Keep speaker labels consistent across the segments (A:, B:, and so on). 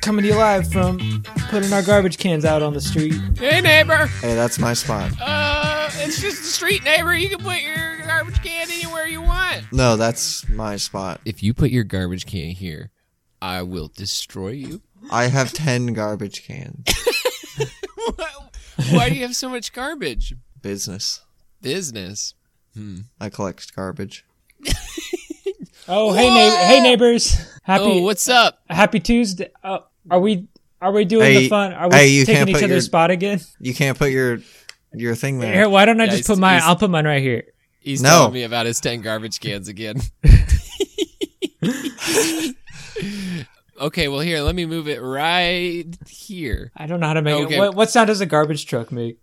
A: coming to you live from putting our garbage cans out on the street.
B: Hey neighbor,
C: Hey, that's my spot.
B: uh, it's just the street neighbor. You can put your garbage can anywhere you want.
C: No, that's my spot.
B: If you put your garbage can here, I will destroy you.
C: I have 10 garbage cans.
B: Why do you have so much garbage?
C: Business.
B: Business.
C: I collect garbage.
A: Oh, hey, neigh- hey neighbors! Happy
B: Oh, what's up?
A: Happy Tuesday. Uh, are we are we doing
C: Hey,
A: the fun? Are we
C: hey, you
A: taking
C: can't
A: each
C: put
A: other's
C: your-
A: spot again?
C: You can't put your your thing
A: Here,
C: there.
A: why don't I
B: Yeah,
A: just
B: he's-
A: put mine?
B: he's-
A: I'll put mine right here.
B: He's
C: No.
B: telling me about his ten garbage cans again. okay, well here, let me move it right here.
A: I don't know how to make
B: Okay.
A: it. What, what sound does a garbage truck make?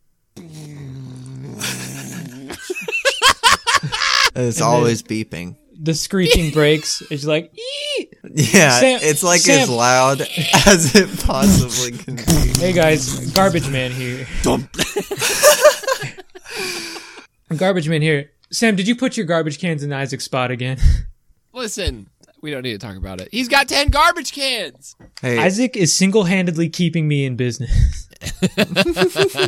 C: It's always beeping.
A: The screeching brakes. It's like, "Ee!"
C: Yeah,
A: Sam-
C: it's like as
A: Sam-
C: loud as it possibly can be.
A: hey guys, garbage man here. garbage man here. Sam, did you put your garbage cans in Isaac's spot again?
B: Listen, we don't need to talk about it. He's got ten garbage cans.
C: Hey,
A: Isaac is single handedly keeping me in business. the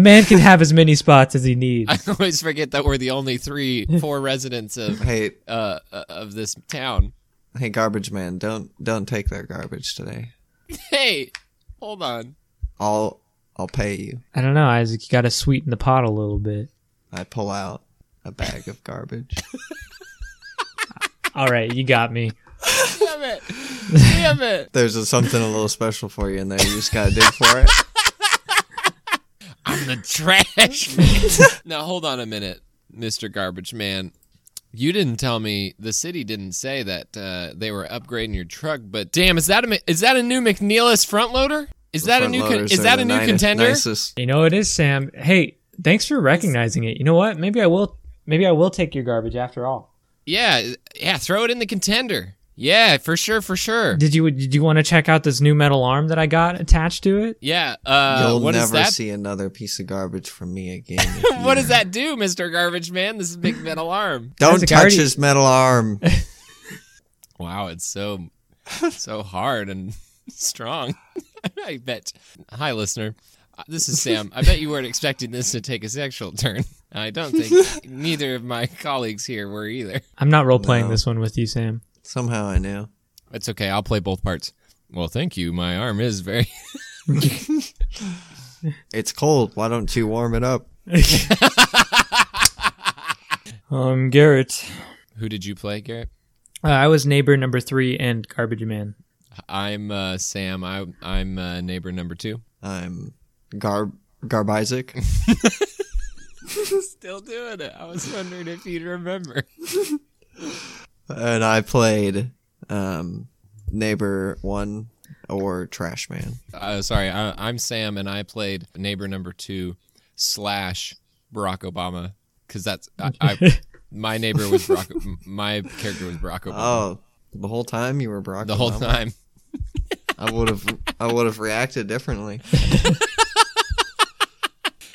A: man can have as many spots as he needs.
B: I always forget that we're the only three, four residents of
C: hey,
B: uh, uh, of this town.
C: hey, garbage man! Don't don't take their garbage today.
B: Hey, hold on.
C: I'll I'll pay you.
A: I don't know, Isaac. You got to sweeten the pot a little bit.
C: I pull out a bag of garbage.
A: All right, you got me.
B: Damn it! Damn it!
C: There's a, something a little special for you in there. You just gotta dig for it.
B: I'm the trash man. now hold on a minute, Mister Garbage Man. You didn't tell me the city didn't say that uh, they were upgrading your truck, but damn, is that a mi- is that a new McNeilis front loader? Is that a
C: Front
B: new con-
C: loaders
B: is
C: are
B: that
C: the
B: a new
C: ni-
B: contender?
C: nicest-
A: You know it is, Sam. Hey, thanks for recognizing it. You know what? Maybe I will. Maybe I will take your garbage after all.
B: Yeah, yeah. Throw it in the contender. Yeah, for sure, for sure.
A: Did you Did you want to check out this new metal arm that I got attached to it?
B: Yeah. Uh,
C: You'll
B: what is
C: never
B: that?
C: see another piece of garbage from me again. if
B: what
C: you-
B: does that do, Mister Garbage Man? This is big metal arm.
C: Don't
A: Isaac, I
C: touch
A: already-
C: his metal arm.
B: Wow, it's so so hard and strong. I bet. Hi, listener. Uh, This is Sam. I bet you weren't expecting this to take a sexual turn. I don't think neither of my colleagues here were either.
A: I'm not role playing
C: No.
A: this one with you, Sam.
C: Somehow I knew.
B: It's okay. I'll play both parts. Well, thank you. My arm is very.
C: It's cold. Why don't you warm it up?
A: Um, Garrett.
B: Who did you play, Garrett?
A: Uh, I was neighbor number three and garbage man.
B: I'm uh, Sam. I, I'm uh, neighbor number two.
C: I'm garb garb Isaac.
B: Still doing it. I was wondering if you'd remember.
C: and I played um, neighbor one or trash man.
B: Uh, sorry, I, I'm Sam, and I played neighbor number two slash Barack Obama because that's I, I, my neighbor was Barack. m- my character was Barack Obama
C: Oh, the whole time you were Barack.
B: the whole
C: Obama?
B: time.
C: I would have I would have reacted differently.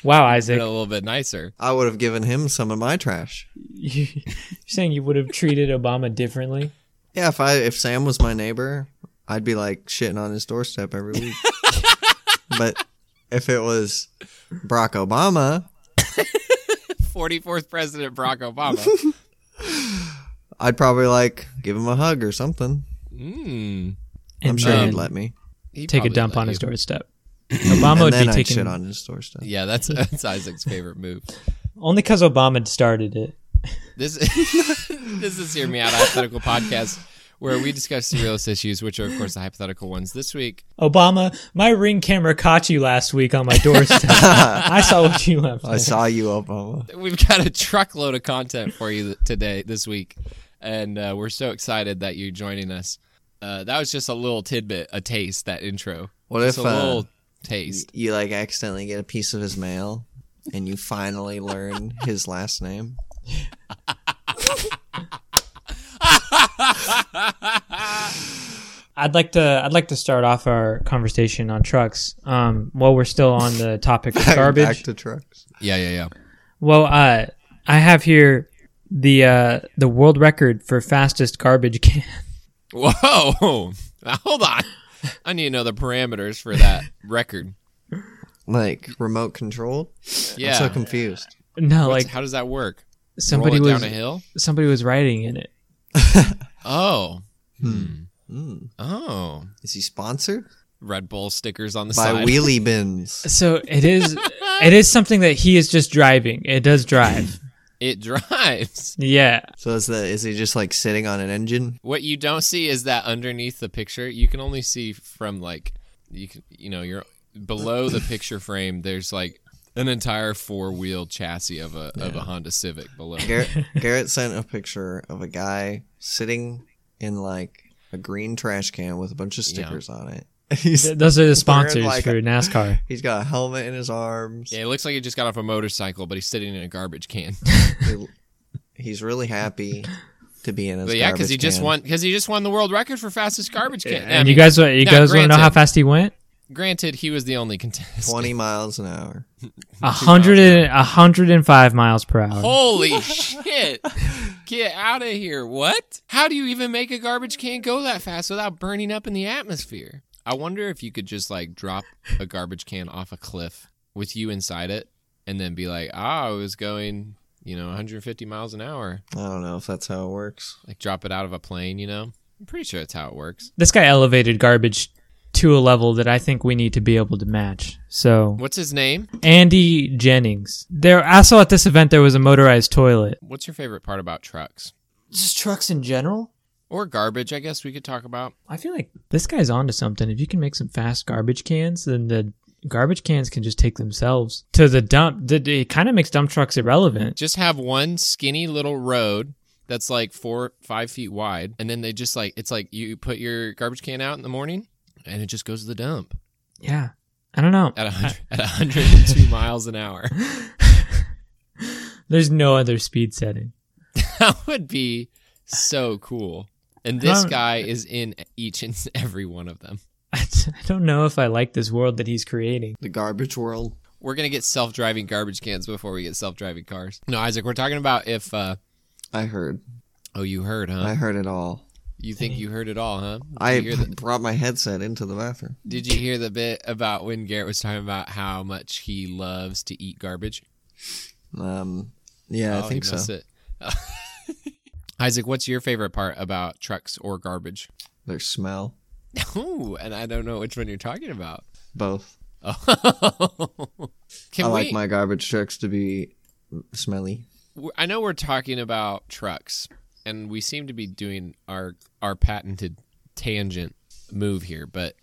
A: Wow,
B: Been
A: Isaac.
B: a little bit nicer.
C: I would have given him some of my trash.
A: You're saying you would have treated Obama differently?
C: Yeah, if I if Sam was my neighbor, I'd be like shitting on his doorstep every week. but if it was Barack Obama,
B: Forty fourth president Barack Obama.
C: I'd probably like give him a hug or something.
B: Mm,
C: I'm
A: And
C: sure
A: then
C: he'd let me.
B: he
A: take a
B: probably
A: dump
B: let
A: on his
B: you.
A: doorstep. Obama
C: And
A: would be
C: then I'd
A: taking
C: shit on his doorstep.
B: Yeah, that's that's Isaac's favorite move.
A: only because Obama started it.
B: This this is Hear Me Out a Hypothetical Podcast, where we discuss the realist issues, which are of course the hypothetical ones. This week,
A: Obama, my ring camera caught you last week on my doorstep. I saw what you left.
C: I saw you, Obama.
B: we've got a truckload of content for you today this week and uh, we're so excited that you're joining us uh, that was just a little tidbit a taste that intro
C: What
B: just
C: if,
B: a
C: uh,
B: little taste
C: you like accidentally get a piece of his mail and you finally learn his last name
A: I'd like to. I'd like to start off our conversation on trucks. Um, while we're still on the topic of
C: back
A: garbage,
C: to trucks
B: yeah yeah yeah
A: well, uh, I have here the uh, the world record for fastest garbage can.
B: whoa Now, hold on I need to know the parameters for that record.
C: Like remote controlled?
B: Yeah.
C: I'm so confused.
A: No,
B: What's-
A: like
B: how does that work?
A: somebody
B: Roll it
A: was
B: down a hill.
A: somebody was writing in it.
B: Oh. Hmm.
C: Mm.
B: Oh.
C: Is he sponsored
B: Red Bull stickers on the
C: by
B: side.
C: wheelie bins?
A: So it is it is something that he is just driving. It does drive.
B: It drives.
A: Yeah.
C: So is the is he just like sitting on an engine?
B: What you don't see is that underneath the picture, you can only see from like you can, you know, you're below the picture frame. There's like an entire four wheel chassis of a of a Honda Civic below.
C: Garrett, Garrett sent a picture of a guy sitting in like a green trash can with a bunch of
B: Yeah.
C: stickers on it. He's
A: Th- Those are the sponsors
C: like
A: for
C: a-
A: NASCAR.
C: he's got a helmet in his arms.
B: Yeah, it looks like he just got off a motorcycle, but he's sitting in a garbage can.
C: He- he's really happy to be in his.
B: But yeah, because he
C: garbage
B: just
C: can.
B: won because he just won the world record for fastest garbage can.
A: And
B: I
A: you
B: mean,
A: guys want you
B: now,
A: guys want to know how
B: granted-
A: fast he went?
B: granted, he was the only contestant.
C: twenty miles an hour.
A: A hundred and a hundred and five miles per hour.
B: Holy shit! Get out of here! What? How do you even make a garbage can go that fast without burning up in the atmosphere? I wonder if you could just like drop a garbage can off a cliff with you inside it, and then be like, "Ah, I was going, you know, 150 miles an hour."
C: I don't know if that's how it works.
B: Like drop it out of a plane, you know. I'm pretty sure that's how it works.
A: This guy elevated garbage to a level that I think we need to be able to match. So
B: What's his name?
A: Andy Jennings. There also at this event there was a motorized toilet.
B: What's your favorite part about trucks
A: Just trucks in general?
B: or garbage? I guess we could talk about.
A: I feel like this guy's onto something. If you can make some fast garbage cans, then the garbage cans can just take themselves to the dump. The, it kind of makes dump trucks irrelevant.
B: just have one skinny little road that's like four five feet wide and then they just like it's like you put your garbage can out in the morning and it just goes to the dump
A: Yeah. I don't know.
B: at 100, at 102 miles an hour
A: There's no other speed setting.
B: that would be so cool and this
A: Um,
B: guy is in each and every one of them
A: I don't know if I like this world that he's creating.
C: The garbage world.
B: we're gonna get self-driving garbage cans before we get self-driving cars no isaac we're talking about if uh
C: I heard.
B: oh you heard huh
C: I heard it all.
B: you think you heard it all huh Did
C: I
B: you hear the-
C: brought my headset into the bathroom.
B: Did you hear the bit about when Garrett was talking about how much he loves to eat garbage?
C: Um, yeah, I
B: Oh,
C: think
B: he
C: so.
B: missed it. Isaac, what's your favorite part about trucks or garbage?
C: Their smell,
B: Ooh, and I don't know which one you're talking about.
C: both.
B: Oh. Can
C: I
B: we,
C: like my garbage trucks to be smelly.
B: w- I know we're talking about trucks, and we seem to be doing our our patented tangent move here, but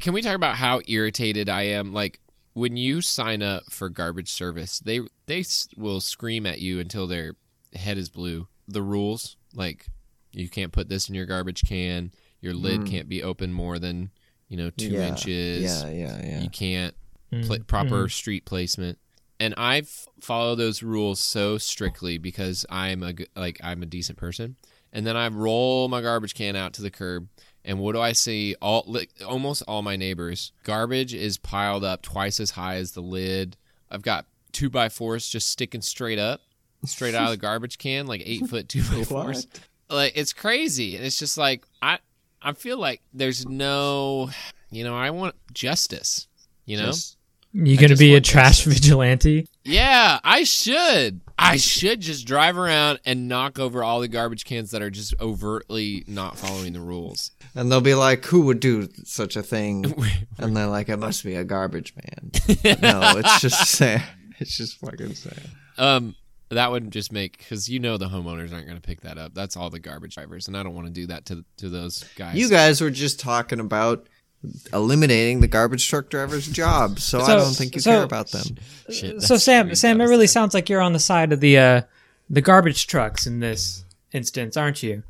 B: can we talk about how irritated I am? Like when you sign up for garbage service, they they s- will scream at you until their head is blue. The rules, like you can't put this in your garbage can. Your lid
C: Mm.
B: can't be open more than you know two
C: Yeah,
B: inches.
C: Yeah, yeah, yeah.
B: You can't
A: Mm,
B: pla- proper street placement. And I f- follow those rules so strictly because I'm a g- like I'm a decent person. And then I roll my garbage can out to the curb, and what do I see? All li- almost all my neighbors garbage is piled up twice as high as the lid. I've got two by fours just sticking straight up, straight out of the garbage can, like eight foot two by fours. Like it's crazy, and it's just like I I feel like there's no, you know, I want justice. You know,
C: Just-
A: mm. You
B: I
A: going to
B: just
A: be a
B: want
A: trash
B: justice.
A: vigilante?
B: Yeah, I should. I should just drive around and knock over all the garbage cans that are just overtly not following the rules.
C: and they'll be like, "Who would do such a thing?" and they're like, "It must be a garbage man." no, it's just sad. It's just fucking sad.
B: Um, that would just make because you know the homeowners aren't going to pick that up. That's all the garbage drivers, and I don't want to do that to to those guys.
C: You guys were just talking about eliminating the garbage truck driver's job, so, I
A: So-
C: don't think you
A: so-
C: care about them.
B: Shit,
A: So
B: that's
A: Sam,
B: three
A: Sam, it
B: guys
A: really
B: there.
A: sounds like you're on the side of the uh, the garbage trucks in this instance, aren't you?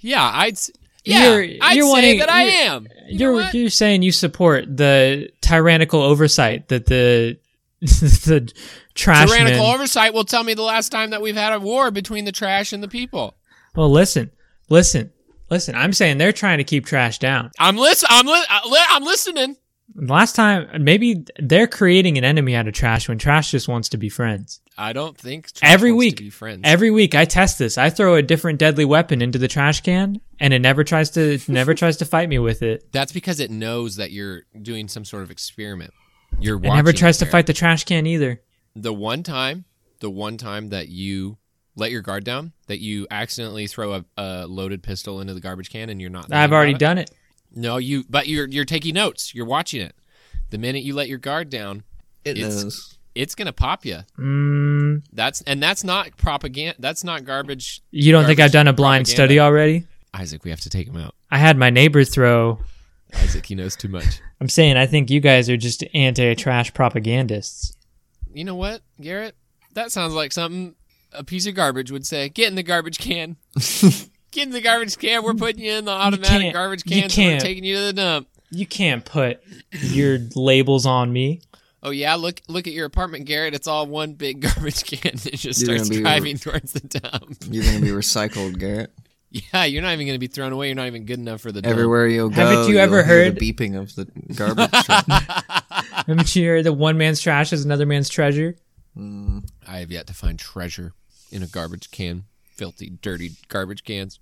B: yeah, I'd s- yeah,
A: You're-
B: I'd
A: you're
B: say
A: wanting-
B: that I
A: you're-
B: am. You know
A: you're
B: what?
A: you're saying you support the tyrannical oversight that the the trash
B: Tyrannical
A: men-
B: oversight will tell me the last time that we've had a war between the trash and the people.
A: well, listen, listen, listen. I'm saying they're trying to keep trash down.
B: uh, I'm listen. I'm li- I- li- I'm listening.
A: And Last time, maybe they're creating an enemy out of trash when trash just wants to be friends.
B: I don't think Trash
A: Every
B: wants
A: week,
B: to be friends.
A: every week I test this. I throw a different deadly weapon into the trash can, and it never tries to it never tries to fight me with it.
B: That's because it knows that you're doing some sort of experiment. You're
A: It
B: watching.
A: never tries
B: it
A: to
B: there.
A: fight the trash can either.
B: The one time, the one time that you let your guard down, that you accidentally throw a, a loaded pistol into the garbage can, and you're not.
A: I've
B: thinking
A: already
B: about it.
A: done it.
B: No, you. But you're you're taking notes. You're watching it. The minute you let your guard down,
C: It
B: It's-
C: knows.
B: it's gonna pop you.
A: Mm,
B: That's and that's not propaganda. That's not garbage.
A: you don't think
B: Garbage
A: I've done a blind
B: propaganda.
A: study already?
B: Isaac, we have to take him out.
A: I had my neighbor throw.
B: Isaac, he knows too much.
A: I'm saying I think you guys are just anti-trash propagandists.
B: You know what, Garrett? That sounds like something a piece of garbage would say. Get in the garbage can. Get in the garbage can. We're putting you in the automatic
A: can't-
B: garbage
A: you
B: can. so We're
A: can't.
B: taking you to the dump.
A: You can't put your labels on me.
B: Oh yeah, look look at your apartment, Garrett. It's all one big garbage can. It just
C: You're
B: starts
C: gonna be-
B: driving towards the dump.
C: You're gonna be recycled, Garrett.
B: Yeah, you're not even gonna be thrown away. You're not even good enough for the dump.
C: Everywhere you'll go,
A: Haven't you
C: you'll
A: ever
C: hear
A: heard-
C: the beeping of the garbage truck?
A: Haven't you heard that one man's trash is another man's treasure?
C: Mm.
B: I have yet to find treasure in a garbage can. Filthy, dirty garbage cans.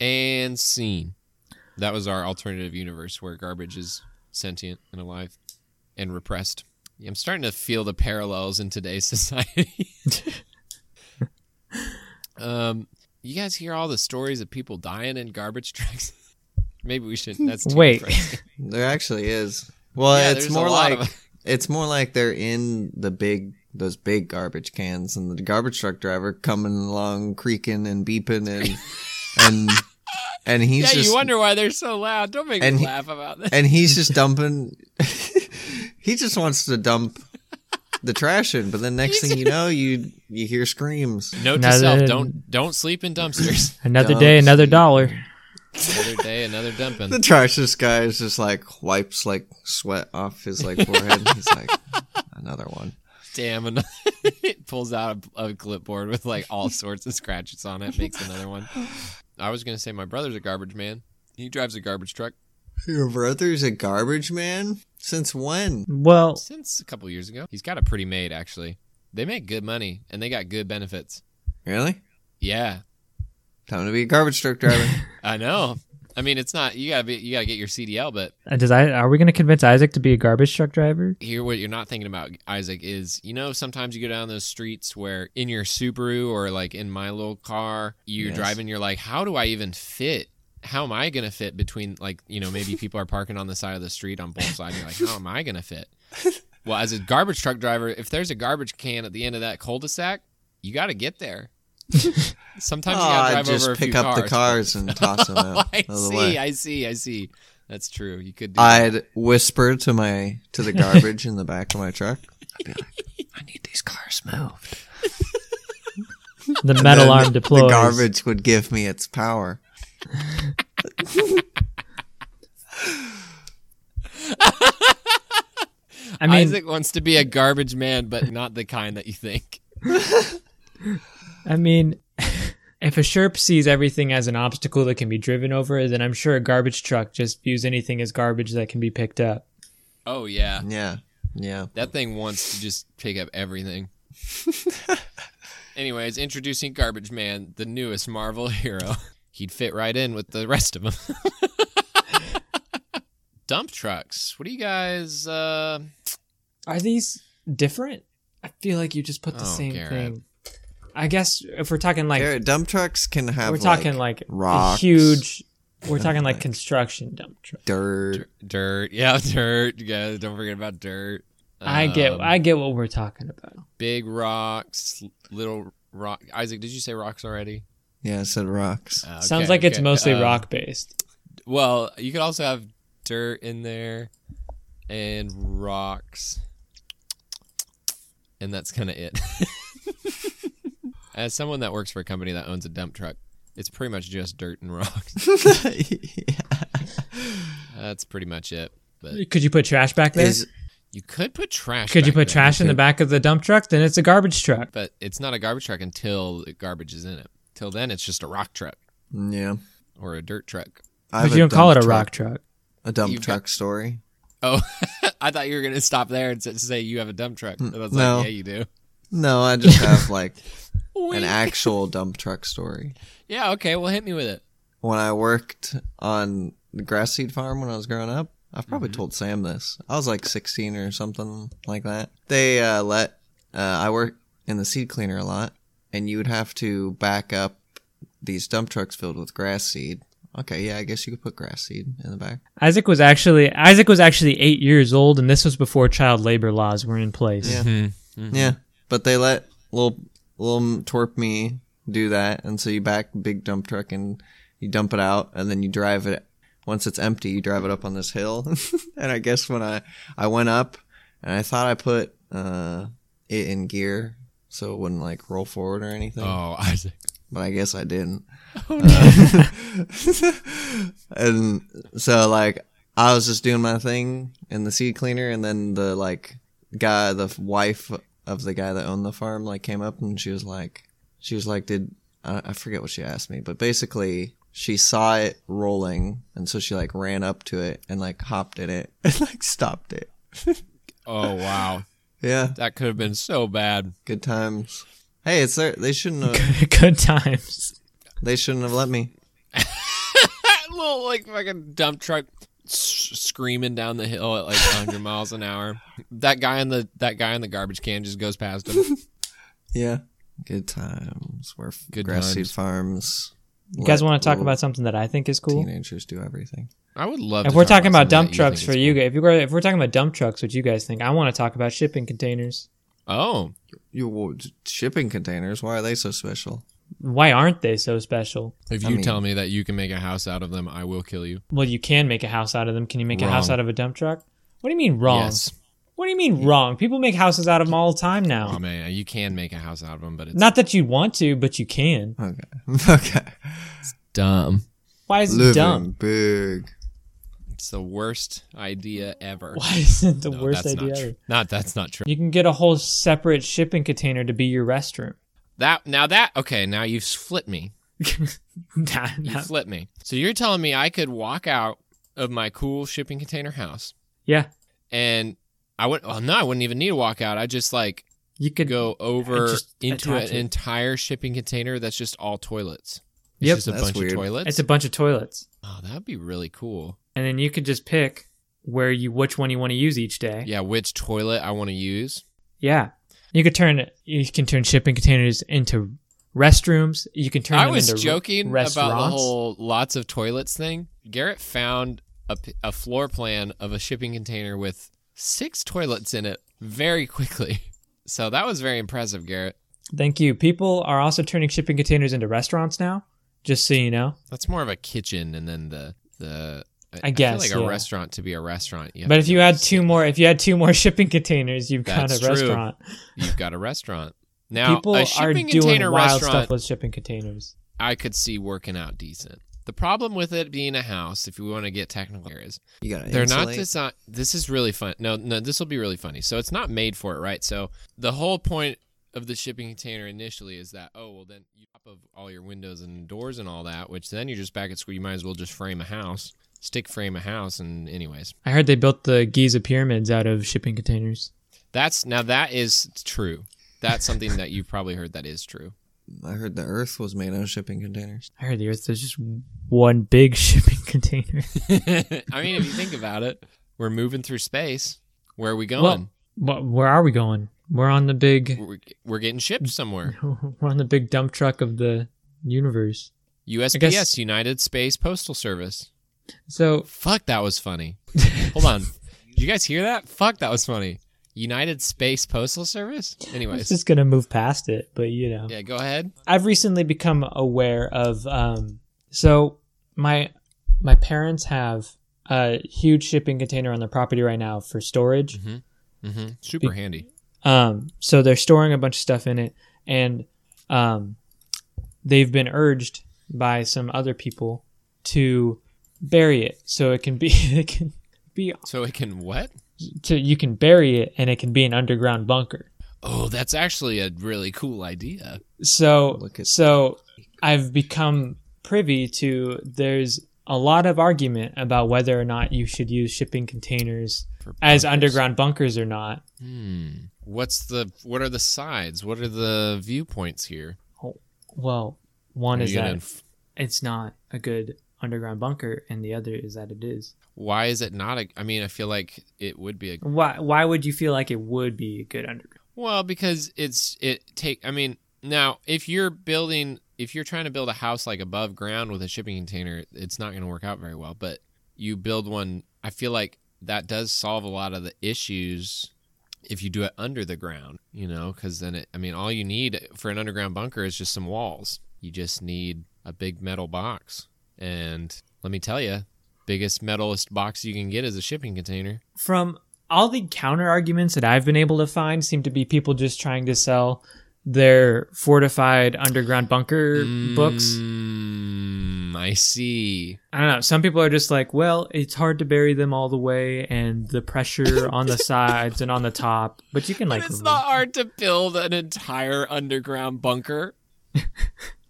B: and scene. That was our alternative universe where garbage is sentient and alive and repressed. I'm starting to feel the parallels in today's society. um, you guys hear all the stories of people dying in garbage trucks? Maybe we should. That's too
A: Wait.
B: depressing.
C: There actually is. Well,
B: Yeah,
C: it's
B: there's a
C: more
B: lot
C: like
B: of
C: it's more like they're in the big those big garbage cans, and the garbage truck driver coming along, creaking and beeping, and and and he's
B: yeah,
C: just
B: you wonder why they're so loud. Don't make
C: And
B: me
C: he-
B: laugh about this.
C: and he's just dumping. he just wants to dump the trash in, but then next thing you know, you you hear screams.
B: Note to
A: Another-
B: self: don't don't sleep in dumpsters.
A: Another
C: Dumb
A: day, another
C: shit.
A: dollar.
B: Another day, another dumping.
C: The trash this guy is just like wipes like sweat off his like forehead. He's like another one.
B: Damn, another. it pulls out a, a clipboard with like all sorts of scratches on it. Makes another one. I was gonna say my brother's a garbage man. He drives a garbage truck
C: Your brother's a garbage man? Since when?
A: Well,
B: since a couple years ago. He's got a pretty maid actually. They make good money and they got good benefits.
C: Really?
B: Yeah,
C: Time to be a garbage truck driver.
B: I know. I mean, it's not you gotta be you gotta get your CDL, but
A: uh, does I are we going to convince Isaac to be a garbage truck driver?
B: here what you're not thinking about isaac is you know sometimes you go down those streets where in your subaru or like in my little car you're
C: Yes.
B: driving you're like how do i even fit how am i gonna fit between like you know maybe people are parking on the side of the street on both sides you're like how am i gonna fit well as a garbage truck driver if there's a garbage can at the end of that cul-de-sac you gotta get there sometimes you
C: Aw,
B: gotta drive
C: Ah, just
B: over a
C: pick
B: few
C: up
B: cars.
C: the cars and toss them
B: oh,
C: out.
B: i
C: of the
B: see
C: way.
B: i see i see that's true you could do that.
C: I'd whisper to my to the garbage in the back of my truck. I'd be like, I need these cars moved.
A: The metal
C: Then
A: arm deploys.
C: The garbage would give me its power.
A: I mean,
B: Isaac wants to be a garbage man, but not the kind that you think.
A: I mean, if a Sherp sees everything as an obstacle that can be driven over, then I'm sure a garbage truck just views anything as garbage that can be picked up.
B: Oh yeah,
C: Yeah. Yeah.
B: that thing wants to just pick up everything. Anyways, introducing Garbage Man, the newest Marvel hero. He'd fit right in with the rest of them. Dump trucks. What do you guys? Uh,
A: Are these different? I feel like you just put the
B: Oh,
A: same
B: Garrett.
A: thing. I guess if we're talking like
C: Garrett, dump trucks can have
A: we're talking like,
C: like
A: a
C: rocks.
A: huge, we're talking like
C: like-
A: construction dump truck.
C: dirt.
B: dir- dirt. Yeah, dirt. You guys, don't forget about dirt.
A: I get,
B: Um,
A: I get what we're talking about.
B: big rocks, little rock. Isaac, did you say rocks already?
C: Yeah, I said rocks.
B: Uh,
A: Sounds
B: okay,
A: like it's
B: okay.
A: mostly
B: Um,
A: rock based.
B: Well, you could also have dirt in there and rocks. And that's kind of it. As someone that works for a company that owns a dump truck, it's pretty much just dirt and rocks. That's pretty much it. But
A: Could you put trash back there?
C: Is
B: you could put trash.
A: Could you
B: back
A: put
B: there,
A: trash in the back of the dump truck? Then it's a garbage truck.
B: But it's not a garbage truck until the garbage is in it. Till then, it's just a rock truck
C: yeah.
B: or a dirt truck.
A: But
C: I have
A: you don't call it
C: dump
A: a
C: truck-
A: rock truck.
C: A dump
B: You've got-
C: truck story.
B: Oh, I thought you were gonna stop there and s- say you have a dump truck. And I was
C: Hmm, no.
B: like, yeah, you do.
C: No, I just have like
B: Wink.
C: an actual dump truck story.
B: yeah, okay. Well, hit me with it.
C: When I worked on the grass seed farm when I was growing up, I've probably told Sam this. I was like 16 or something like that. They uh, let, uh, I work in the seed cleaner a lot, and you would have to back up these dump trucks filled with grass seed. Okay, yeah, I guess you could put grass seed in the back.
A: Isaac was actually Isaac was actually eight years old, and this was before child labor laws were in place.
C: Yeah.
B: Mm-hmm.
A: Mm-hmm.
C: Yeah, but they let little little twerp me do that, and so you back big dump truck and you dump it out, and then you drive it. Once it's empty, you drive it up on this hill, and I guess when I I went up, and I thought I put uh, it in gear so it wouldn't like roll forward or anything,
B: Oh, Isaac.
C: but I guess I didn't. Uh,
B: Oh no.
C: and so like I was just doing my thing in the seed cleaner, and then the like guy, the wife of the guy that owned the farm, like came up and she was like, she was like, did I, I forget what she asked me, but basically she saw it rolling, and so she like ran up to it and like hopped in it and like stopped it.
B: oh wow.
C: Yeah,
B: That could have been so bad.
C: good times. Hey, it's there. They shouldn't have.
A: Good times.
C: They shouldn't have let me.
B: That little like fucking dump truck s- screaming down the hill at like 100 miles an hour. That guy in the that guy in the garbage can just goes past him.
C: Yeah, good times. Where f-
B: Good
C: grass seed
B: times.
C: farms.
A: You guys want to talk about something that I think is cool?
C: teenagers do everything.
B: I would love.
A: If
B: to
A: we're
B: talk
A: talking about
B: something
A: dump
B: that
A: trucks
B: think
A: for
B: is
A: you, if you were, if we're talking about dump trucks, what you guys think? I want to talk about shipping containers.
B: cool. Oh,
C: You well, j- shipping containers. Why are they so special?
A: Why aren't they so special?
B: if
C: I
B: you
C: mean-
B: tell me that you can make a house out of them, I will kill you.
A: Well, you can make a house out of them. Can you make a house
B: Wrong.
A: out of a dump truck? What do you mean wrong?
B: Yes.
A: What do you mean wrong? People make houses out of them all the time now.
B: Oh man, you can make a house out of them, but it's
A: Not that you want to, but you can.
C: Okay, okay.
B: dumb.
A: Why is it
C: Living
A: dumb?
C: big.
B: It's the worst idea ever.
A: Why is it the
B: No,
A: worst
B: that's
A: idea
B: Not,
A: ever?
B: true. not that's not true.
A: You can get a whole separate shipping container to be your restroom.
B: That now that okay. Now you've flipped me.
A: Nah,
B: You
A: nah.
B: flipped me. So you're telling me I could walk out of my cool shipping container house
A: Yeah,
B: and I would well no, I wouldn't even need to walk out. I just like
A: you could.
B: go over
A: just
B: into an
A: attach it.
B: entire shipping container that's just all toilets. It's
A: Yep.
B: just a
C: That's
B: bunch
C: weird.
B: of toilets.
A: It's a bunch of toilets,
B: oh, that'd be really cool.
A: and then you could just pick where you which one you want to use each day.
B: Yeah, which toilet I want to use.
A: Yeah. You could turn you can turn shipping containers into restrooms. You can turn.
B: I
A: them
B: was
A: into re-
B: joking about
A: restaurants.
B: the whole lots of toilets thing. Garrett found a, p- a floor plan of a shipping container with six toilets in it very quickly. So that was very impressive, Garrett.
A: Thank you. People are also turning shipping containers into restaurants now. Just so you know.
B: That's more of a kitchen, and then the the.
A: I guess,
B: feel like
A: yeah.
B: a restaurant to be a restaurant. You have
A: But
B: to
A: if you
B: have
A: add
B: s-
A: two more, if you add two more shipping containers, you've got
B: That's
A: a
B: true.
A: restaurant.
B: you've got a restaurant. Now,
A: People
B: a
A: are
B: shipping
A: doing
B: container
A: wild
B: restaurant,
A: stuff with shipping containers.
B: I could see working out decent. The problem with it being a house, if you want to get technical, here, is
C: You gotta.
B: They're not
C: insulate.
B: designed. This is really fun. No, no, this will be really funny. So it's not made for it, right? So the whole point of the shipping container initially is that oh well then you top of all your windows and doors and all that, which then you're just back at school. You might as well just frame a house, stick frame a house, and anyways,
A: I heard they built the Giza pyramids out of shipping containers.
B: that's now that is true. That's something that you've probably heard that is true.
C: I heard the Earth was made out of shipping containers.
A: I heard the Earth is just one big shipping container.
B: I mean, if you think about it, we're moving through space. Where are we going?
A: Well, wh- where are we going? We're on the big.
B: we're, we're getting shipped somewhere.
A: We're on the big dump truck of the universe.
B: USPS,
A: guess-
B: United Space Postal Service.
A: So
B: Fuck, that was funny. Hold on. Did you guys hear that? Fuck, that was funny. United Space Postal Service?
A: I was
B: Anyways.
A: just gonna move past it, but you know,
B: Yeah, go ahead.
A: I've recently become aware of. Um, so my my parents have a huge shipping container on their property right now for storage.
B: hmm Super handy.
A: Um, so they're storing a bunch of stuff in it, and um, they've been urged by some other people to bury it so it can be it can be
B: So it can what?
A: to you can bury it and it can be an underground bunker.
B: Oh, that's actually a really cool idea.
A: So
C: Look at-
A: so I've become privy to there's a lot of argument about whether or not you should use shipping containers
B: For
A: as
B: bunkers.
A: underground bunkers or not.
B: Hmm. What's the? What are the sides? What are the viewpoints here?
A: Well, one
B: Are
A: is
B: you
A: that
B: gonna inf-
A: it's not a good underground bunker, and the other is that it is.
B: why is it not? A, I mean, I feel like it would be a
A: Why? Why would you feel like it would be a good underground?
B: Well, because it's it take. I mean, now if you're building, if you're trying to build a house like above ground with a shipping container, it's not going to work out very well. But you build one, I feel like that does solve a lot of the issues if you do it under the ground. You know, because then it. I mean, all you need for an underground bunker is just some walls. You just need a big metal box, and let me tell you, biggest metalist box you can get is a shipping container.
A: From all the counter arguments that I've been able to find, seem to be people just trying to sell their fortified underground bunker books.
B: Mm, I see.
A: I don't know. Some people are just like, well, it's hard to bury them all the way, and the pressure on the sides and on the top, but you can like.
B: But it's
A: remove-
B: not hard to build an entire underground bunker.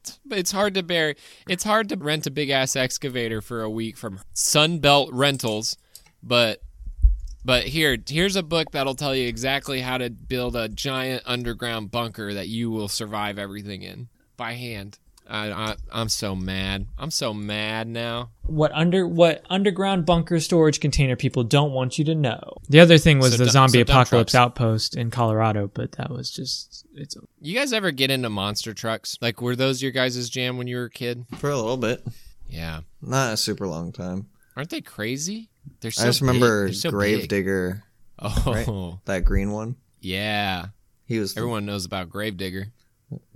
B: It's- it's hard to bury. It's hard to rent a big ass excavator for a week from Sunbelt Rentals, but but here here's a book that'll tell you exactly how to build a giant underground bunker that you will survive everything in by hand. I, I I'm so mad. I'm so mad now.
A: what under what underground bunker storage container people don't want you to know. The other thing was
B: So
A: the
B: dump-
A: zombie
B: so dump
A: apocalypse
B: trucks.
A: outpost in Colorado, but that was just it's
B: You guys ever get into monster trucks? Like were those your guys' jam when you were a kid?
C: for a little bit,
B: Yeah.
C: not a super long time.
B: Aren't they crazy? They're so
C: I just remember
B: big. They're so big.
C: Gravedigger,
B: Oh,
C: that green one.
B: yeah.
C: He was
B: Everyone knows about Gravedigger.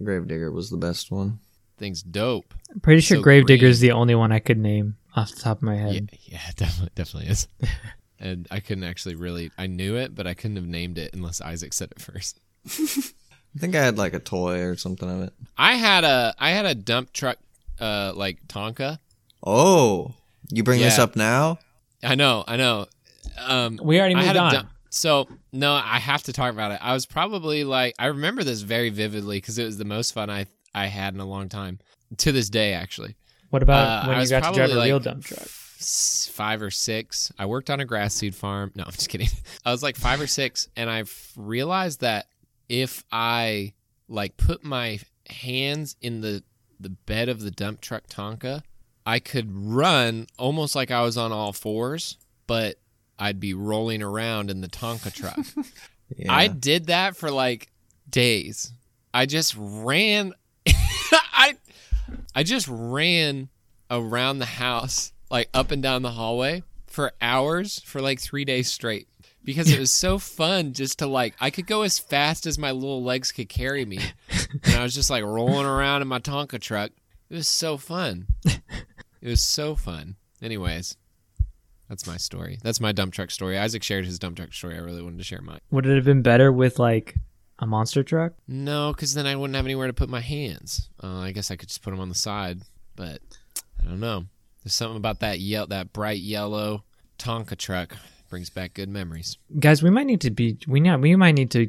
C: Gravedigger was the best one.
B: Thing's dope.
A: I'm pretty sure
B: So
A: Gravedigger is
B: green.
A: the only one I could name off the top of my head.
B: Yeah, yeah, it definitely, definitely is. and I couldn't actually really. I knew it, but I couldn't have named it unless Isaac said it first.
C: I think I had like a toy or something of it.
B: I had a, I had a dump truck, uh, like Tonka.
C: Oh, you bring this
B: Yeah.
C: up now?
B: I know, I know. Um,
A: We already
B: I
A: moved
B: had a
A: on.
B: dump- So no, I have to talk about it. I was probably like I remember this very vividly because it was the most fun I I had in a long time. To this day, actually.
A: What about
B: Uh,
A: when
B: I
A: you
B: was
A: got to drive
B: probably
A: a real
B: like
A: dump truck?
B: s- five or six. I worked on a grass seed farm. No, I'm just kidding. I was like five or six, and I realized that if I like put my hands in the the bed of the dump truck Tonka, I could run almost like I was on all fours, but I'd be rolling around in the Tonka truck.
C: Yeah.
B: I did that for like days. I just ran I I just ran around the house, like up and down the hallway for hours for like 3 days straight because it was so fun just to like I could go as fast as my little legs could carry me and I was just like rolling around in my Tonka truck. It was so fun. It was so fun. Anyways, that's my story. That's my dump truck story. Isaac shared his dump truck story. I really wanted to share mine.
A: Would it have been better with like a monster truck?
B: No, because then I wouldn't have anywhere to put my hands. Uh, I guess I could just put them on the side, but I don't know. There's something about that yell, that bright yellow Tonka truck brings back good memories.
A: Guys, we might need to be we not we might need to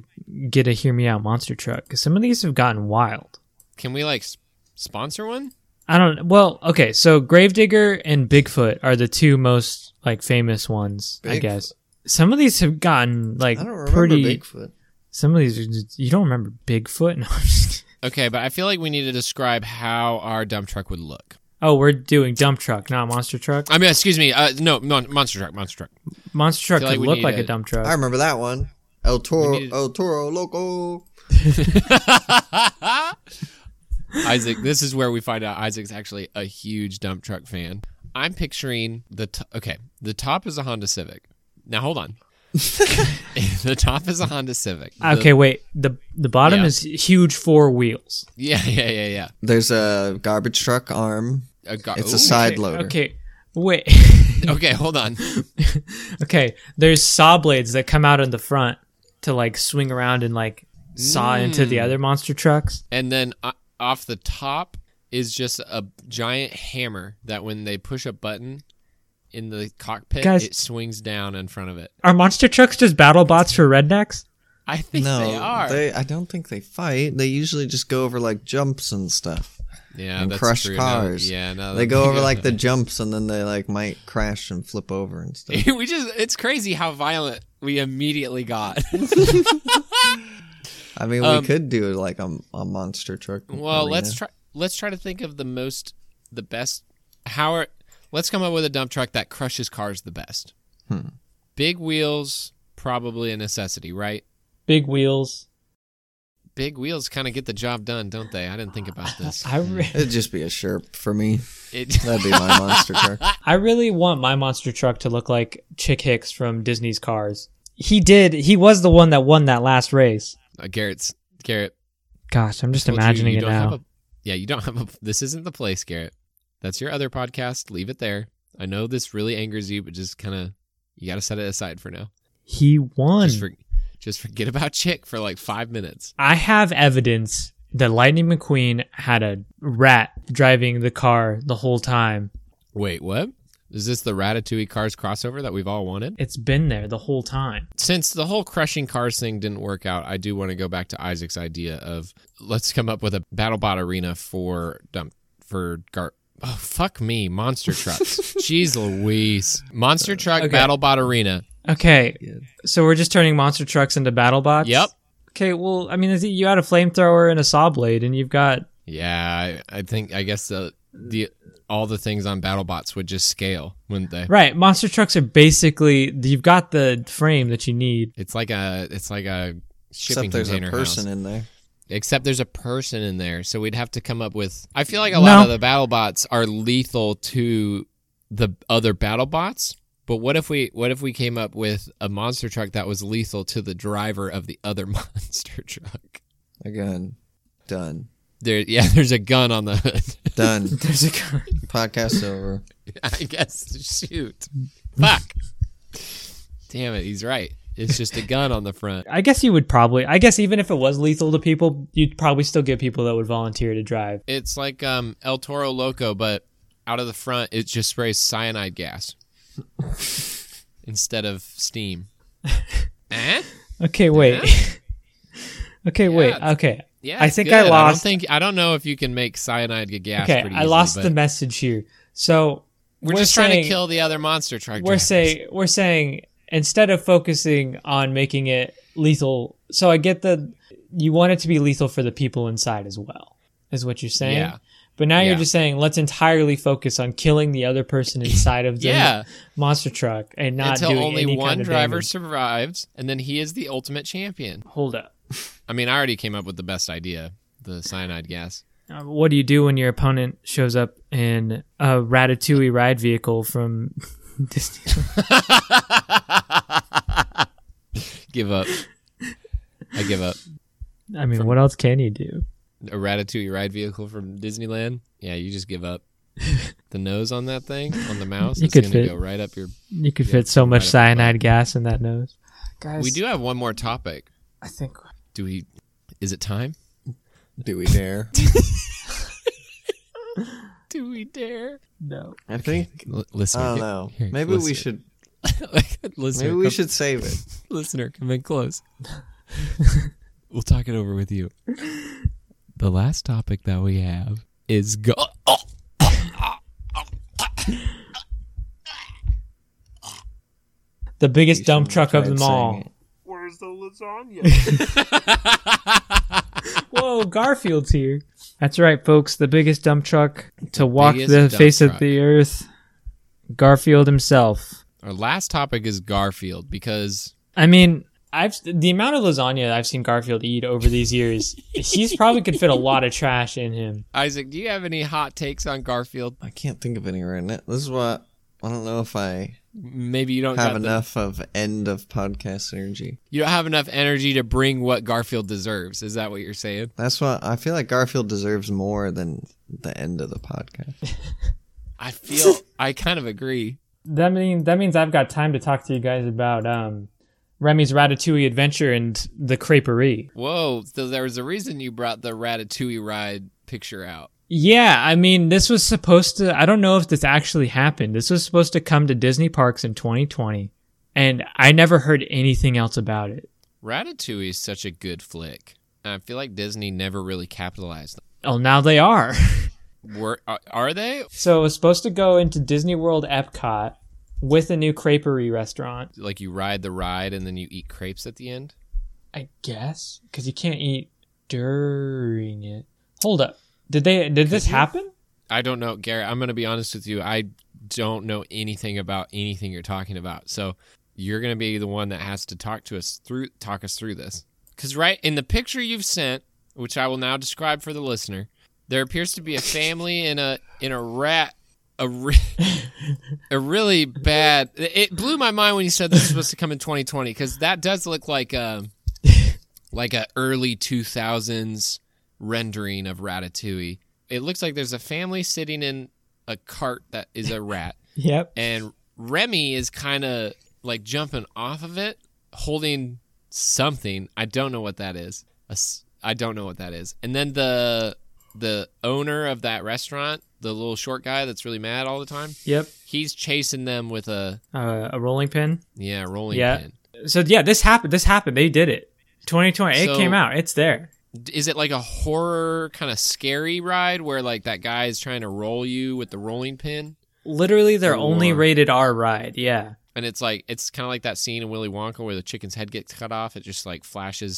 A: get a hear me out monster truck because some of these have gotten wild.
B: Can we like s- sponsor one?
A: I don't well, okay, so Gravedigger and Bigfoot are the two most like famous ones, I
C: Bigfoot.
A: guess. Some of these have gotten like
C: I don't remember
A: pretty
C: Bigfoot.
A: some of these are just, you don't remember Bigfoot? No, I'm just kidding.
B: Okay, but I feel like we need to describe how our dump truck would look.
A: Oh, we're doing dump truck, not monster truck.
B: I mean, excuse me. Uh, no, mon- monster truck, monster truck.
A: Monster truck
B: feel like
A: could
B: we
A: look
B: need
A: like a
B: a-
A: dump truck.
C: I remember that one. El Toro,
B: We needed-
C: El Toro Loco.
B: Isaac, this is where we find out Isaac's actually a huge dump truck fan. I'm picturing the t- okay. The top is a Honda Civic. Now hold on. the top is a Honda Civic. The-
A: okay, wait. The the bottom
B: Yeah.
A: is huge four wheels.
B: yeah, yeah, yeah, yeah.
C: There's a garbage truck arm.
B: A gar-
C: It's
B: Ooh.
C: a side loader.
A: Okay. Wait.
B: Okay, hold on.
A: okay. There's saw blades that come out in the front to like swing around and like saw into
B: Hmm.
A: the other monster trucks.
B: And then uh, off the top is just a giant hammer that when they push a button in the cockpit,
A: Guys-
B: it swings down in front of it.
A: Are monster trucks just battle bots for rednecks?
B: I think
C: no,
B: they are.
C: they- I don't think they fight. They usually just go over like jumps and stuff.
B: Yeah,
C: and
B: that's
C: crush
B: true. No,
C: cars.
B: yeah, no,
C: They
B: that-
C: go over like the jumps and then they like might crash and flip over and stuff.
B: we just it's crazy how violent we immediately got.
C: I mean, we
B: Um,
C: could do like a, a monster truck.
A: Oh,
B: well, let's
C: arena.
B: try let's try to think of the most the best how are let's come up with a dump truck that crushes cars the best.
C: Hmm.
B: Big wheels probably a necessity, right?
A: Big wheels.
B: Big wheels kind of get the job done, don't they? I didn't think about this.
A: I re-
C: It'd just be a Sherp for me.
B: It,
C: That'd be my monster truck.
A: I really want my monster truck to look like Chick Hicks from Disney's Cars. He did. He was the one that won that last race.
B: uh, Garrett's Garrett.
A: Gosh, I'm just
B: told you
A: imagining
B: you
A: it
B: don't have
A: now.
B: a- yeah, you don't have a. This isn't the place, Garrett. That's your other podcast. Leave it there. I know this really angers you, but just kind of you got to set it aside for now.
A: He won.
B: Just, for, just forget about Chick for like five minutes.
A: I have evidence that Lightning McQueen had a rat driving the car the whole time.
B: Wait, what? Is this the Ratatouille Cars crossover that we've all wanted?
A: It's been there the whole time.
B: Since the whole crushing cars thing didn't work out, I do want to go back to Isaac's idea of let's come up with a BattleBot arena for dump for gar. Oh fuck me, monster trucks. Jeez Louise, monster truck
A: Okay.
B: BattleBot arena.
A: Okay,
C: Yeah.
A: so we're just turning monster trucks into battle bots.
B: Yep.
A: Okay, well, I mean, is it- you had a flamethrower and a saw blade, and you've got
B: Yeah, I, I think I guess the the all the things on BattleBots would just scale, wouldn't they?
A: right. Monster trucks are basically you've got the frame that you need.
B: It's like a it's like a shipping
C: Except there's a
B: container
C: person
B: house.
C: in there.
B: Except there's a person in there, so we'd have to come up with. I feel like a lot
A: No.
B: of the BattleBots are lethal to the other BattleBots. But what if we what if we came up with a monster truck that was lethal to the driver of the other monster truck?
C: Again, done,
B: There, yeah, there's a gun on the hood.
C: done.
A: There's a car.
C: Podcast over.
B: I guess. Shoot. Fuck. Damn it. He's right. It's just a gun on the front.
A: I guess you would probably. I guess even if it was lethal to people, you'd probably still get people that would volunteer to drive.
B: It's like um, El Toro Loco, but out of the front, it just sprays cyanide gas instead of steam. eh?
A: Okay, wait. okay, wait.
B: Yeah.
A: Okay,
B: Yeah.
A: I
B: it's
A: think
B: good.
A: I
B: I
A: lost-
B: don't think I don't know if you can make cyanide g- gas.
A: okay.
B: pretty
A: I
B: easily,
A: lost the
B: but
A: message here. So
B: We're, just trying
A: saying-
B: to kill the other monster truck.
A: We're
B: drivers.
A: saying we're saying instead of focusing on making it lethal. So I get the you want it to be lethal for the people inside as well, is what you're saying.
B: Yeah.
A: But now you're
B: Yeah.
A: just saying let's entirely focus on killing the other person inside of the
B: Yeah.
A: monster truck and not
B: until
A: doing
B: only
A: any
B: one
A: kind of
B: driver
A: damage.
B: survives, and then he is the ultimate champion.
A: Hold up.
B: I mean, I already came up with the best idea: the cyanide gas.
A: Uh, What do you do when your opponent shows up in a Ratatouille ride vehicle from Disney?
B: give up. I give up.
A: I mean, what else can you do?
B: A Ratatouille ride vehicle from Disneyland. Yeah, you just give up. the nose on that thing, on the mouse,
A: You
B: it's
A: could
B: going
A: fit.
B: to go right up your.
A: You could
B: Yeah,
A: fit so much
B: right up the butt.
A: cyanide gas in that nose. Guys,
B: We do have one more topic.
A: I think
B: Do we? Is it time?
C: Do we dare?
B: Do we dare?
A: no.
C: I think.
B: L- listener,
C: I don't
B: get-
C: know.
B: here,
C: Maybe
B: listener.
C: we should.
B: listener,
C: Maybe we
B: come-
C: should save it.
B: Listener, come in close. we'll talk it over with you. The last topic that we have is go. Oh,
A: The biggest dump
C: should
A: truck
C: try
A: of them
C: saying
A: all.
C: it.
D: Where's the lasagna?
A: Whoa, Garfield's here. That's right, folks. The biggest dump truck to walk
B: biggest
A: the
B: dump
A: face of
B: truck.
A: the earth. Garfield himself.
B: Our last topic is Garfield because
A: I mean, I've the amount of lasagna I've seen Garfield eat over these years. he's probably could fit a lot of trash in him.
B: Isaac, do you have any hot takes on Garfield?
C: I can't think of any right now. This is what I don't know if I
B: Maybe you don't
C: have
B: got the-
C: enough of end of podcast energy.
B: you don't have enough energy to bring what Garfield deserves. Is that what you're saying?
C: That's what I feel like. Garfield deserves more than the end of the podcast.
B: I feel I kind of agree.
A: That mean that means I've got time to talk to you guys about um, Remy's Ratatouille adventure and the creperie.
B: Whoa! So there was a reason you brought the Ratatouille ride picture out.
A: Yeah, I mean, this was supposed to. I don't know if this actually happened. This was supposed to come to Disney parks in 2020, and I never heard anything else about it.
B: Ratatouille is such a good flick. I feel like Disney never really capitalized
A: Oh, now they are.
B: Were are, are they
A: So it was supposed to go into Disney World Epcot with a new creperie restaurant,
B: like you ride the ride and then you eat crepes at the end?
A: I guess, because you can't eat during it. Hold up, did they? Did this happen?
B: I don't know, Garrett. I'm going to be honest with you. I don't know anything about anything you're talking about. So you're going to be the one that has to talk to us through talk us through this. Cuz right in the picture you've sent, which I will now describe for the listener, there appears to be a family in a in a rat a, re- a really bad it blew my mind when you said this was supposed to come in 2020 cuz that does look like a like a early 2000s rendering of Ratatouille. It looks like there's a family sitting in a cart that is a rat,
A: Yep.
B: and Remy is kind of like jumping off of it, holding something. I don't know what that is. A s- I don't know what that is. And then the the owner of that restaurant, the little short guy that's really mad all the time,
A: Yep.
B: he's chasing them with a
A: Uh, a rolling pin.
B: yeah rolling
A: Yeah.
B: pin.
A: So yeah, this happened. This happened. They did it. 2020.
B: So-
A: it came out. It's there.
B: is it like a horror kind of scary ride where like that guy is trying to roll you with the rolling pin
A: Literally, their only
B: Or-
A: rated R ride. Yeah.
B: and it's like it's kind of like that scene in willy wonka where the chicken's head gets cut off it just like flashes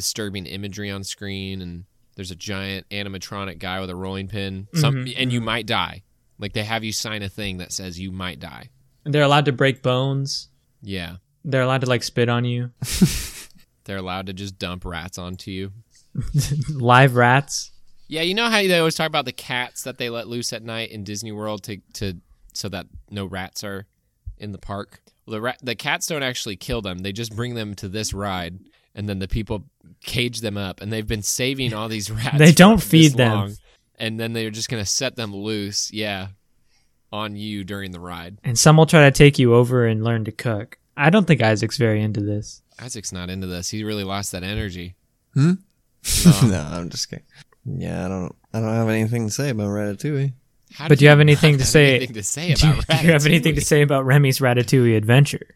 B: disturbing imagery on screen and there's a giant animatronic guy with a rolling pin some,
A: Mhm,
B: and you might die like they have you sign a thing that says you might die
A: They're allowed to break bones.
B: yeah
A: They're allowed to like spit on you.
B: they're allowed to just dump rats onto you
A: Live rats.
B: Yeah, you know how they always talk about the cats that they let loose at night in Disney World to, to so that no rats are in the park. Well, the rat, the cats don't actually kill them; they just bring them to this ride, and then the people cage them up. And they've been saving all these rats.
A: They
B: for
A: don't
B: this
A: feed them.
B: long, and then they're just gonna set them loose. Yeah, on you during the ride.
A: And some will try to take you over and learn to cook. I don't think Isaac's very into this.
B: Isaac's not into this. He really lost that energy.
C: no, I'm just kidding. Yeah, I don't. I don't have anything to say about Ratatouille.
B: How
A: But
B: did
A: do you have
B: not
A: anything to say-
B: Anything to say
A: Do you,
B: about
A: do you have anything
B: Ratatouille?
A: to say about Remy's Ratatouille adventure?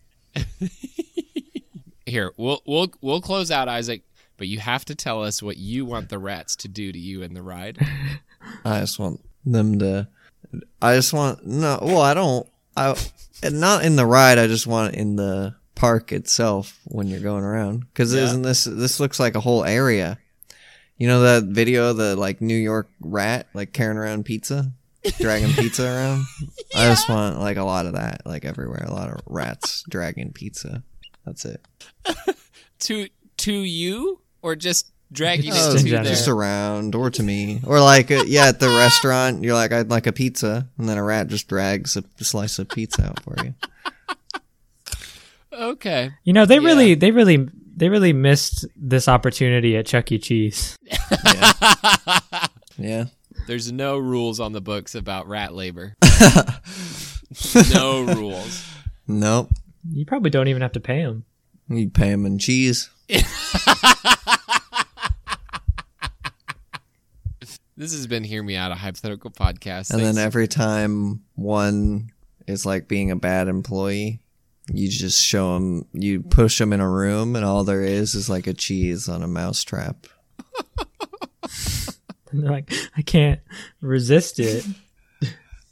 B: Here, we'll we'll we'll close out, Isaac. But you have to tell us what you want the rats to do to you in the ride.
C: I just want them to. I just want no. Well, I don't. I and not in the ride. I just want it in the park itself when you're going around. Because
B: Yeah.
C: isn't this this looks like a whole area? You know that video of the like New York rat like carrying around pizza, dragging pizza around. I just want like a lot of that, like everywhere. A lot of rats dragging pizza. That's it.
B: to to you, or just dragging
A: Just
B: it
A: Oh, in
B: to
A: general.
B: there?
C: just around or to me or like uh, yeah at the restaurant you're like i'd like a pizza and then a rat just drags a slice of pizza out for you
B: okay,
A: You know, they
B: Yeah.
A: really, they really, they really missed this opportunity at Chuck E. Cheese.
C: yeah
B: there's no rules on the books about rat labor. no rules.
C: nope
A: You probably don't even have to pay them.
C: you pay him in cheese
B: This has been hear me out a hypothetical podcast.
C: and
B: Thanks.
C: then every time one is like being a bad employee you just show them you push them in a room and all there is is like a cheese on a mousetrap
A: they're like, I can't resist it.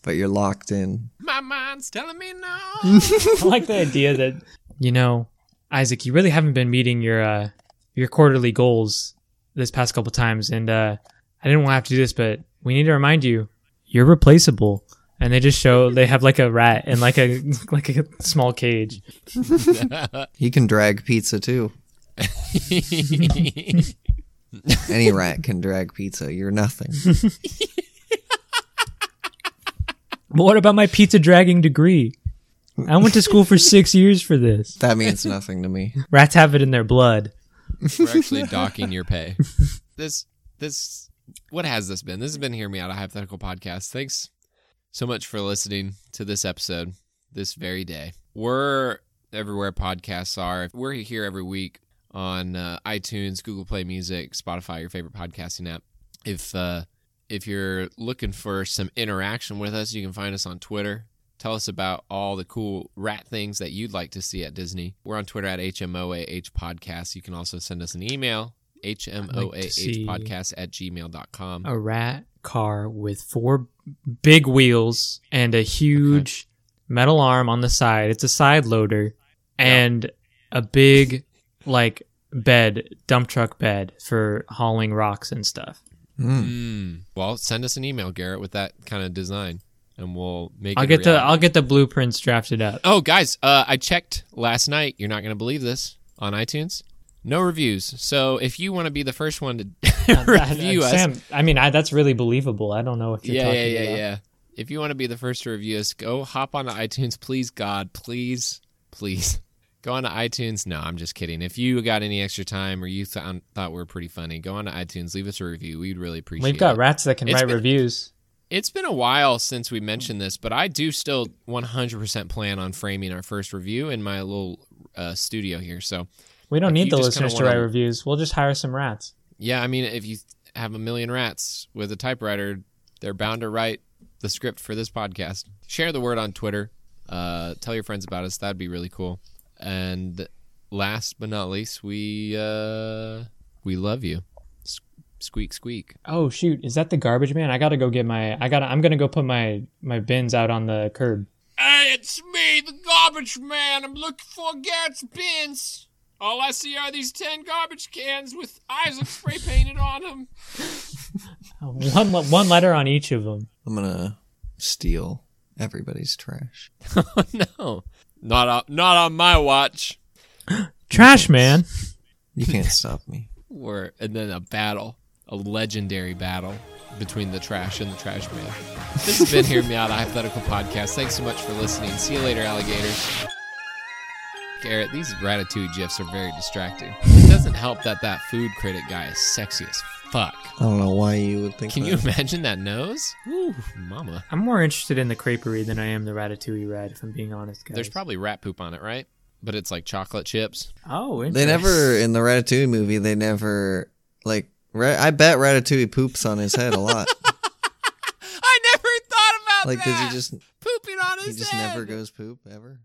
C: but you're locked in
B: my mind's telling me no.
A: I like the idea that you know, Isaac, you really haven't been meeting your uh, your quarterly goals this past couple times, and uh, I didn't want to have to do this, but we need to remind you, you're replaceable. And they just show they have like a rat and like a like a small cage.
C: he can drag pizza too any rat can drag pizza you're nothing
A: But what about my pizza dragging degree? I went to school for six years for this.
C: that means nothing to me
A: Rats have it in their blood.
B: We're actually docking your pay. This this what has this been? This has been Hear Me Out, a hypothetical podcast. Thanks so much for listening to this episode this very day. We're everywhere podcasts are. We're here every week on uh, iTunes, Google Play Music, Spotify, your favorite podcasting app. If uh, if you're looking for some interaction with us, you can find us on Twitter. Tell us about all the cool rat things that you'd like to see at Disney. We're on Twitter at HMOAH Podcast. You can also send us an email,
A: I'd like to see-
B: HMOAH Podcast at gmail.com.
A: A rat car with four big wheels and a huge metal arm on the side. It's a side loader and a big like bed, dump truck bed for hauling rocks and stuff.
C: Mm.
B: Mm. Well, send us an email, Garrett, with that kind of design, and we'll make.
A: I'll
B: it a
A: get the
B: reality.
A: I'll get the blueprints drafted up.
B: Oh, guys, uh, I checked last night. You're not going to believe this on iTunes. No reviews. So if you want to be the first one to review us,
A: Sam, I mean, I, that's really believable. I don't know what you're
B: yeah, yeah,
A: talking
B: yeah,
A: about.
B: yeah. If you want to be the first to review us, go hop onto iTunes, please, God, please, please. Go onto iTunes. No, I'm just kidding. If you got any extra time or you thou- thought we were pretty funny, go onto iTunes, leave us a review. We'd really appreciate
A: We've got
B: it.
A: rats that can
B: It's
A: write
B: been-
A: reviews.
B: It's been a while since we mentioned this, but I do still 100% plan on framing our first review in my little uh, studio here. So,
A: We don't
B: if
A: need the
B: you just kinda
A: listeners to
B: wanna-
A: write reviews. We'll just hire some rats.
B: yeah, I mean, if you have a million rats with a typewriter, they're bound to write the script for this podcast. Share the word on Twitter. Uh, tell your friends about us. That'd be really cool. And last but not least, we uh, we love you. S- squeak, squeak.
A: Oh shoot, is that the garbage man? I gotta go get my. I gotta. I'm gonna go put my my bins out on the curb.
B: Hey, it's me, the garbage man. I'm looking for Garrett's bins. All I see are these 10 garbage cans with Isaac spray painted on them.
A: One le- one letter on each of them.
C: I'm gonna steal everybody's trash.
B: no. Not on, not on my watch.
A: Trash man.
C: You can't stop me.
B: Or, and then a battle, a legendary battle between the trash and the trash man. This has been Hear Me Out, a hypothetical podcast. Thanks so much for listening. See you later, alligators. Garrett, these Ratatouille gifs are very distracting. It doesn't help that that food critic guy is sexy as fuck.
C: I don't know why you would think
B: Can
C: that.
B: you imagine that nose? Ooh, mama.
A: I'm more interested in the creperie than I am the ratatouille rat. If I'm being honest, guys.
B: There's probably rat poop on it, right? But it's like chocolate chips.
A: Oh,
C: They
A: interesting.
C: never in the Ratatouille movie. They never like. Ra- I bet Ratatouille poops on his head a lot.
B: I never thought about
C: like, does he just
B: pooping on
C: he just never goes poop ever?